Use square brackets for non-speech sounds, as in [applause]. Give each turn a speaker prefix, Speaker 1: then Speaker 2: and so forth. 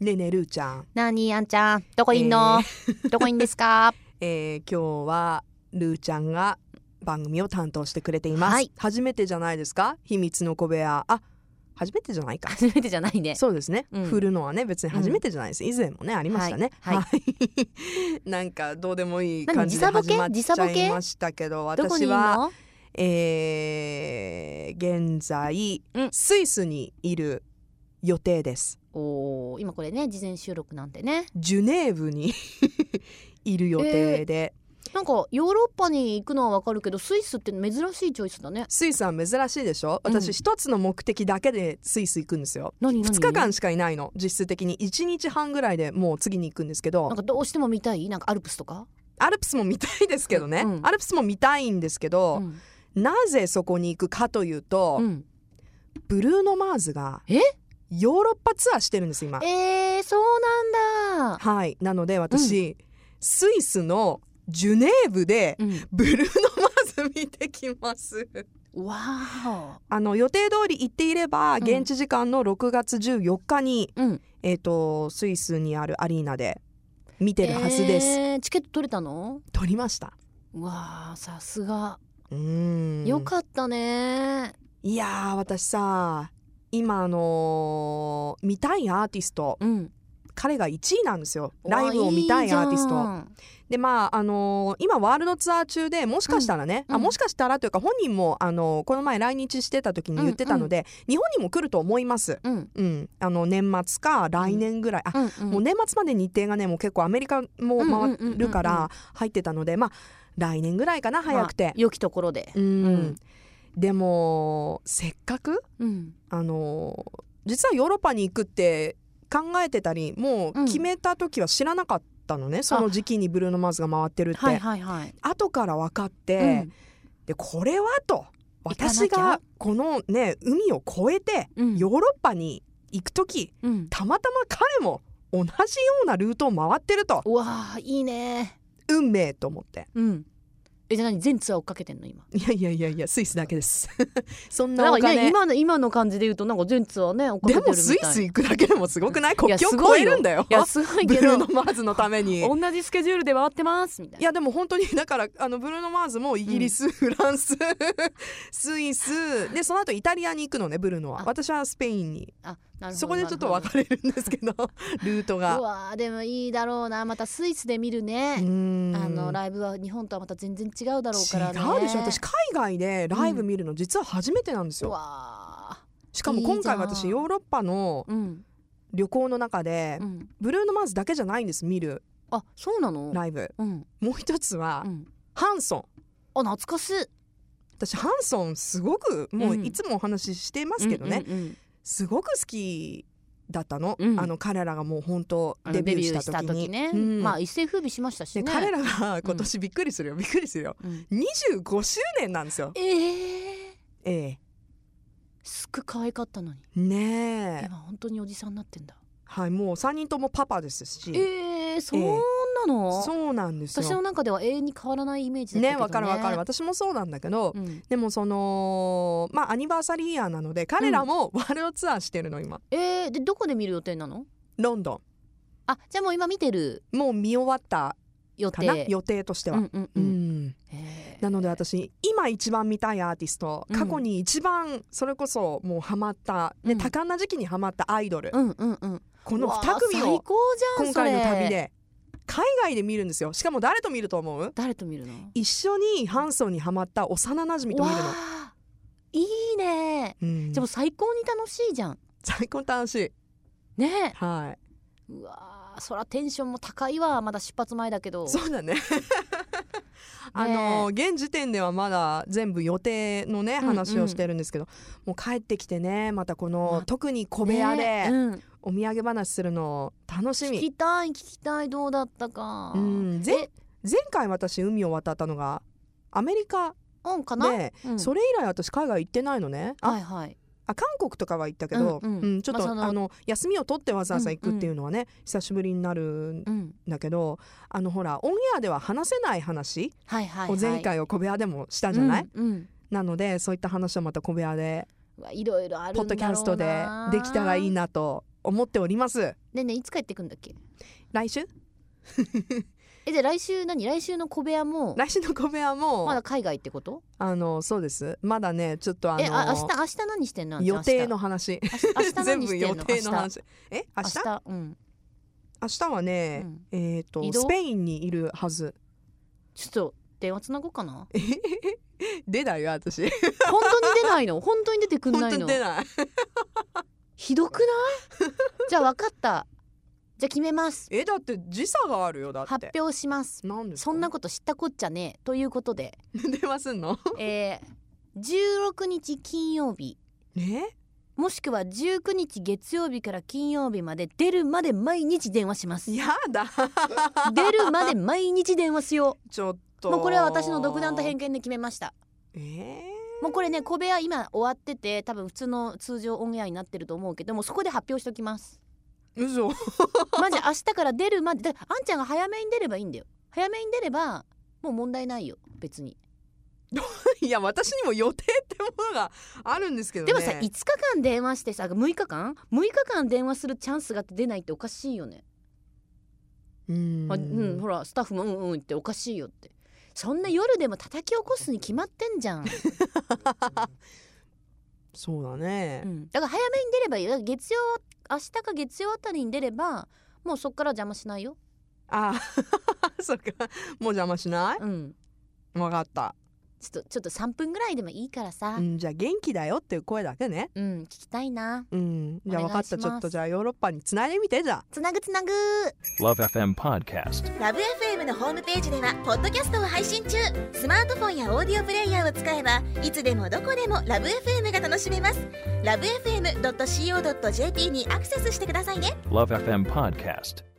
Speaker 1: ねえねえるーちゃん、
Speaker 2: なにあんちゃんどこいんの、どこいんですか
Speaker 1: えー今日はるーちゃんが番組を担当してくれています、
Speaker 2: はい
Speaker 1: 初めてじゃないですか秘密の小部屋あ [laughs] 初めてじゃないか
Speaker 2: 初めてじゃないね
Speaker 1: そうですね、
Speaker 2: うん
Speaker 1: 振るのはね別に初めてじゃないです、以前もねありましたね
Speaker 2: はいはい
Speaker 1: い [laughs] なんかどうでもいい感じで
Speaker 2: 何
Speaker 1: 始
Speaker 2: 時差ボ
Speaker 1: まっ
Speaker 2: ケ
Speaker 1: ち
Speaker 2: 時差ボ
Speaker 1: ゃ
Speaker 2: ケ
Speaker 1: いましたけど
Speaker 2: どこ
Speaker 1: 私
Speaker 2: にいん
Speaker 1: は
Speaker 2: の
Speaker 1: えー現在、
Speaker 2: うん
Speaker 1: スイスにいる予定です
Speaker 2: おー今これね事前収録なんでね
Speaker 1: ジュネーブに [laughs] いる予定で、
Speaker 2: なんかヨーロッパに行くのはわかるけどスイスって珍しいチョイスだね
Speaker 1: スイスは珍しいでしょ
Speaker 2: うん
Speaker 1: 私一つの目的だけでスイス行くんですよ
Speaker 2: 何何
Speaker 1: 2日間しかいないの実質的に1日半ぐらいでもう次に行くんですけ
Speaker 2: なん
Speaker 1: ど
Speaker 2: かどうしても見たいなんかアルプスとか、
Speaker 1: アルプスも見たいですけどね、
Speaker 2: うん
Speaker 1: アルプスも見たいんですけ
Speaker 2: う
Speaker 1: ど、
Speaker 2: ん
Speaker 1: なぜそこに行くかというと、
Speaker 2: うん
Speaker 1: ブルーノ・マーズが
Speaker 2: え
Speaker 1: ヨーロッパツアーしてるんです今
Speaker 2: えー、そうなんだ、
Speaker 1: はいなので私、スイスのジュネーブで
Speaker 2: うん、
Speaker 1: ブルーノ・マーズ見てきます
Speaker 2: わー
Speaker 1: あの予定通り行っていれば
Speaker 2: ん
Speaker 1: 現地時間の6月14日に、
Speaker 2: うん
Speaker 1: えー、とスイスにあるアリーナで見てるはずです、
Speaker 2: えーチケット取れたの
Speaker 1: 撮りました
Speaker 2: うわーさすが
Speaker 1: うーん
Speaker 2: よかったね
Speaker 1: いやー私さ今あのー見たいアーティスト
Speaker 2: うん
Speaker 1: 彼が1位なんですよライブを見たいアーティスト
Speaker 2: わいいじゃん
Speaker 1: でまああのー今ワールドツアー中でもしかしたらね、
Speaker 2: うん
Speaker 1: あ
Speaker 2: うん
Speaker 1: もしかしたらというか本人も、あのーこの前来日してた時に言ってたので、日本にも来ると思います、
Speaker 2: うん
Speaker 1: うん、あの年末か来年ぐらい、あ
Speaker 2: うんうん
Speaker 1: もう年末まで日程がねもう結構アメリカも回るか
Speaker 2: うんうんうんうんうん
Speaker 1: ら入ってたのでまあ来年ぐらいかな早く
Speaker 2: まあ
Speaker 1: て、
Speaker 2: 良きところで、
Speaker 1: うん
Speaker 2: うん
Speaker 1: でもせっかく
Speaker 2: うん
Speaker 1: あの実はヨーロッパに行くって考えてたりもう決めた時は知らなかったのね、その時期にブルーノ・マーズが回ってるって、
Speaker 2: はいはいはい、
Speaker 1: 後から分かっ
Speaker 2: う
Speaker 1: て、
Speaker 2: ん
Speaker 1: でこれはと
Speaker 2: 行かなきゃ
Speaker 1: 私がこのね海を越えて
Speaker 2: うん
Speaker 1: ヨーロッパに行く時、
Speaker 2: うん、
Speaker 1: たまたま彼も同じようなルートを回ってると
Speaker 2: うわあいいね
Speaker 1: 運命と思って
Speaker 2: うんえじゃあ何全ツアー追っかけてんの今
Speaker 1: いやいやいやいやスイスだけです [laughs] そん
Speaker 2: な
Speaker 1: なんお
Speaker 2: かね
Speaker 1: 金
Speaker 2: 今の今の感じで言うとなんか全ツアーね追っかけ
Speaker 1: で
Speaker 2: てるみた
Speaker 1: も
Speaker 2: い
Speaker 1: スイス行くだけでもすごくない国境
Speaker 2: すご
Speaker 1: 越
Speaker 2: い
Speaker 1: え
Speaker 2: よ
Speaker 1: るんだよ
Speaker 2: いやすごい
Speaker 1: ブ
Speaker 2: け
Speaker 1: ルー
Speaker 2: ど
Speaker 1: ノ・
Speaker 2: [laughs]
Speaker 1: マーズのために
Speaker 2: 同じスケジュールで回ってますみた
Speaker 1: い
Speaker 2: いな
Speaker 1: やでも本当にだからあのブルーノ・マーズもイギリス、フランス [laughs] スイスでその後イタリアに行くのねブルーノは
Speaker 2: あ
Speaker 1: 私はスペインに
Speaker 2: あなるほど
Speaker 1: そこでちょっと
Speaker 2: な
Speaker 1: 分
Speaker 2: るほ
Speaker 1: かれるんですけ
Speaker 2: [laughs]
Speaker 1: どルート
Speaker 2: どう
Speaker 1: が。
Speaker 2: わーでもいいだろうなまたスイスで見る
Speaker 1: あ
Speaker 2: ね、あの
Speaker 1: の
Speaker 2: ライブは日本とはまた全然違うだろうからね
Speaker 1: 違うでしょ私海外でライブ見るの実は初めてなんです
Speaker 2: う
Speaker 1: よ。
Speaker 2: わ
Speaker 1: しかも今回
Speaker 2: いいじ
Speaker 1: 私
Speaker 2: ゃん
Speaker 1: ヨーロッパの
Speaker 2: ーうん
Speaker 1: 旅行の中で
Speaker 2: うん
Speaker 1: ブルーノ・マーズだけじゃないんです見る
Speaker 2: あそうなの
Speaker 1: ライブ
Speaker 2: うん
Speaker 1: もう一つは
Speaker 2: うん
Speaker 1: ハンソン
Speaker 2: あ懐かしい
Speaker 1: 私ハンソンすごくもううんいつもお話ししていますけどね、
Speaker 2: うんうんうん
Speaker 1: すごく好きだったの,、
Speaker 2: うん
Speaker 1: あの彼らがもう本当
Speaker 2: あの
Speaker 1: デビューし
Speaker 2: デ
Speaker 1: た
Speaker 2: ビ
Speaker 1: 時
Speaker 2: ュー
Speaker 1: に
Speaker 2: ね、
Speaker 1: うん
Speaker 2: まあ一世風靡しましたし
Speaker 1: で
Speaker 2: ね
Speaker 1: 彼らが今年びっくりするよびっくりするよ
Speaker 2: うん
Speaker 1: 25周年なんですよ
Speaker 2: えー、
Speaker 1: え
Speaker 2: すっごい可愛かったのに
Speaker 1: えねえ
Speaker 2: 今本当におじさんになってんだ
Speaker 1: はいもう3人ともパパですし、
Speaker 2: えー、そんなの、
Speaker 1: そうなんです
Speaker 2: 私の
Speaker 1: よ
Speaker 2: 中では永遠に変わらないイメージだったけど
Speaker 1: ね
Speaker 2: ね
Speaker 1: わかるわかる私もそうなんだけど、
Speaker 2: うん、
Speaker 1: でもそのまあアニバーサリーイヤーなので彼らもワールドツアーしてるの今、
Speaker 2: えー、でどこで見る予定なの
Speaker 1: ロンド
Speaker 2: あじゃあもう今見てる
Speaker 1: ンもう見終わった
Speaker 2: 予
Speaker 1: か
Speaker 2: 定
Speaker 1: な予定としては、
Speaker 2: う
Speaker 1: うん
Speaker 2: んうんう
Speaker 1: うんん
Speaker 2: えー
Speaker 1: なので私今一番見たいアーティスト
Speaker 2: うん
Speaker 1: 過去に一番それこそもうハマった、ね
Speaker 2: うん
Speaker 1: 多感な時期にハマったアイドル、
Speaker 2: うんうんうん
Speaker 1: この
Speaker 2: うわー
Speaker 1: 2組
Speaker 2: 最
Speaker 1: を
Speaker 2: 高じゃん
Speaker 1: 今回の
Speaker 2: それ
Speaker 1: 旅で海外で見るんですよしかも誰と見ると思う
Speaker 2: 誰と見るの
Speaker 1: 一緒にハンソンにハマった幼なじみと見るの
Speaker 2: わ、あいいね
Speaker 1: うん
Speaker 2: でも最高に楽しいじゃん
Speaker 1: 最高楽しい
Speaker 2: ねえ
Speaker 1: は
Speaker 2: うわーそらテンションも高いわまだ出発前だけど
Speaker 1: いそうだ
Speaker 2: [laughs]
Speaker 1: ねあの現時点ではまだ全部予定のね
Speaker 2: うんうん
Speaker 1: 話をしてるんですけど、もう帰ってきてねまたこの、
Speaker 2: ま
Speaker 1: 特に
Speaker 2: お
Speaker 1: 小部屋で
Speaker 2: うん、
Speaker 1: お土産話するの楽し
Speaker 2: 聞
Speaker 1: み、
Speaker 2: きたい聞きたいどうだったか
Speaker 1: うんぜ
Speaker 2: え
Speaker 1: 前回私海を渡ったのがアメリカ
Speaker 2: うんかな、
Speaker 1: で、
Speaker 2: うん、
Speaker 1: それ以来私海外行ってないのね、あ
Speaker 2: はいはい
Speaker 1: あ韓国とかは行ったけど、
Speaker 2: うんうん
Speaker 1: ちょっ
Speaker 2: まあ
Speaker 1: と、
Speaker 2: その
Speaker 1: あ、の休みを取ってわざわざ行くっていうのはね、久しぶりになるん
Speaker 2: うん
Speaker 1: だけどあのほらオンエアでは話せない話
Speaker 2: はいはいは
Speaker 1: を
Speaker 2: い
Speaker 1: 前回を小部屋でもしたじゃない、
Speaker 2: うん、うん
Speaker 1: なのでそういった話をまた小部屋で
Speaker 2: うわいろいろあるんだ
Speaker 1: ポッ
Speaker 2: ろうな
Speaker 1: ドキャストでできたらいいなと思っております。
Speaker 2: でねいつ帰ってくんだっけ
Speaker 1: 来週
Speaker 2: えで来週何来週の小部屋も
Speaker 1: 来週の小部屋も、
Speaker 2: まだ海外ってこと
Speaker 1: あのそうですまだねちょっとあの
Speaker 2: えあ明日明日何してんのあんた
Speaker 1: 予定の話
Speaker 2: 明日明日
Speaker 1: 全
Speaker 2: 何
Speaker 1: 部
Speaker 2: して
Speaker 1: 予
Speaker 2: んの
Speaker 1: 定の話え明
Speaker 2: 明
Speaker 1: 日
Speaker 2: 日明日うん、
Speaker 1: 明日は
Speaker 2: う
Speaker 1: ね、
Speaker 2: ん、
Speaker 1: えっ、
Speaker 2: 移
Speaker 1: と
Speaker 2: 動
Speaker 1: スペインにいるはず
Speaker 2: ちょっと電話つなごう
Speaker 1: [laughs]
Speaker 2: かな
Speaker 1: 出ないよ私
Speaker 2: 本当に出ないの本当に出てくん
Speaker 1: 本
Speaker 2: な
Speaker 1: 当
Speaker 2: い
Speaker 1: に
Speaker 2: の
Speaker 1: 出ない
Speaker 2: ひどくない [laughs] じゃあ分かったじゃあ決めます
Speaker 1: えだって時差があるよだっ
Speaker 2: 発
Speaker 1: て
Speaker 2: 表します
Speaker 1: なんですか
Speaker 2: そんなこと知ったこっちゃねえというこ
Speaker 1: [laughs]
Speaker 2: とで
Speaker 1: 電話すんの
Speaker 2: えー、16日金曜日
Speaker 1: え
Speaker 2: もしくは19日月曜日から金曜日まで出るまで毎日電話します
Speaker 1: やだ
Speaker 2: 出るまで毎日電話しよ
Speaker 1: [laughs] ちょっ
Speaker 2: う
Speaker 1: と
Speaker 2: もうこれは私の独断と偏見で決めました
Speaker 1: えー
Speaker 2: もうこれね小部屋今終わってて多分普通の通常オンエアになってると思うけどもうそこで発表しておきます
Speaker 1: 嘘 [laughs]
Speaker 2: マジ明日から出るまでだあんちゃんが早めに出ればいいんだよ早めに出ればもう問題ないよ別に
Speaker 1: いや私にも予定ってものがあるんですけどね
Speaker 2: でもさ、5日間電話してさ6日間6日間電話するチャンスがあって出ないっておかしいよね、
Speaker 1: うーん
Speaker 2: あうん、ほらスタッフもうんうんっておかしいよってそんな夜でも叩き起こすに決まってんじ
Speaker 1: [laughs]
Speaker 2: ゃん、
Speaker 1: そうだね、
Speaker 2: うん、だから早めに出ればいいよだから月曜明日か月曜あたりに出ればもうそっから邪魔しないよ
Speaker 1: あ [laughs] そっかもう邪魔しな
Speaker 2: うん
Speaker 1: いわかった、
Speaker 2: ちょっとちょっと3分ぐらいでもいいからさ
Speaker 1: う、ん、じゃあ元気だよっていう声だけね
Speaker 2: うん、聞きたいな
Speaker 1: うんじゃあ
Speaker 2: お
Speaker 1: わか
Speaker 2: 願
Speaker 1: っ
Speaker 2: いしたます
Speaker 1: ちょっとじゃあヨーロッパにつないでみてじゃあ
Speaker 2: つなぐつなぐ
Speaker 3: Love FM Podcast.
Speaker 4: ラブ f m のホームページではポッドキャストを配信中スマートフォンやオーディオプレイヤーを使えばいつでもどこでもラブ f m が楽しめますラブ FM.co.jp にアクセスしてくださいね
Speaker 3: Love FM Podcast.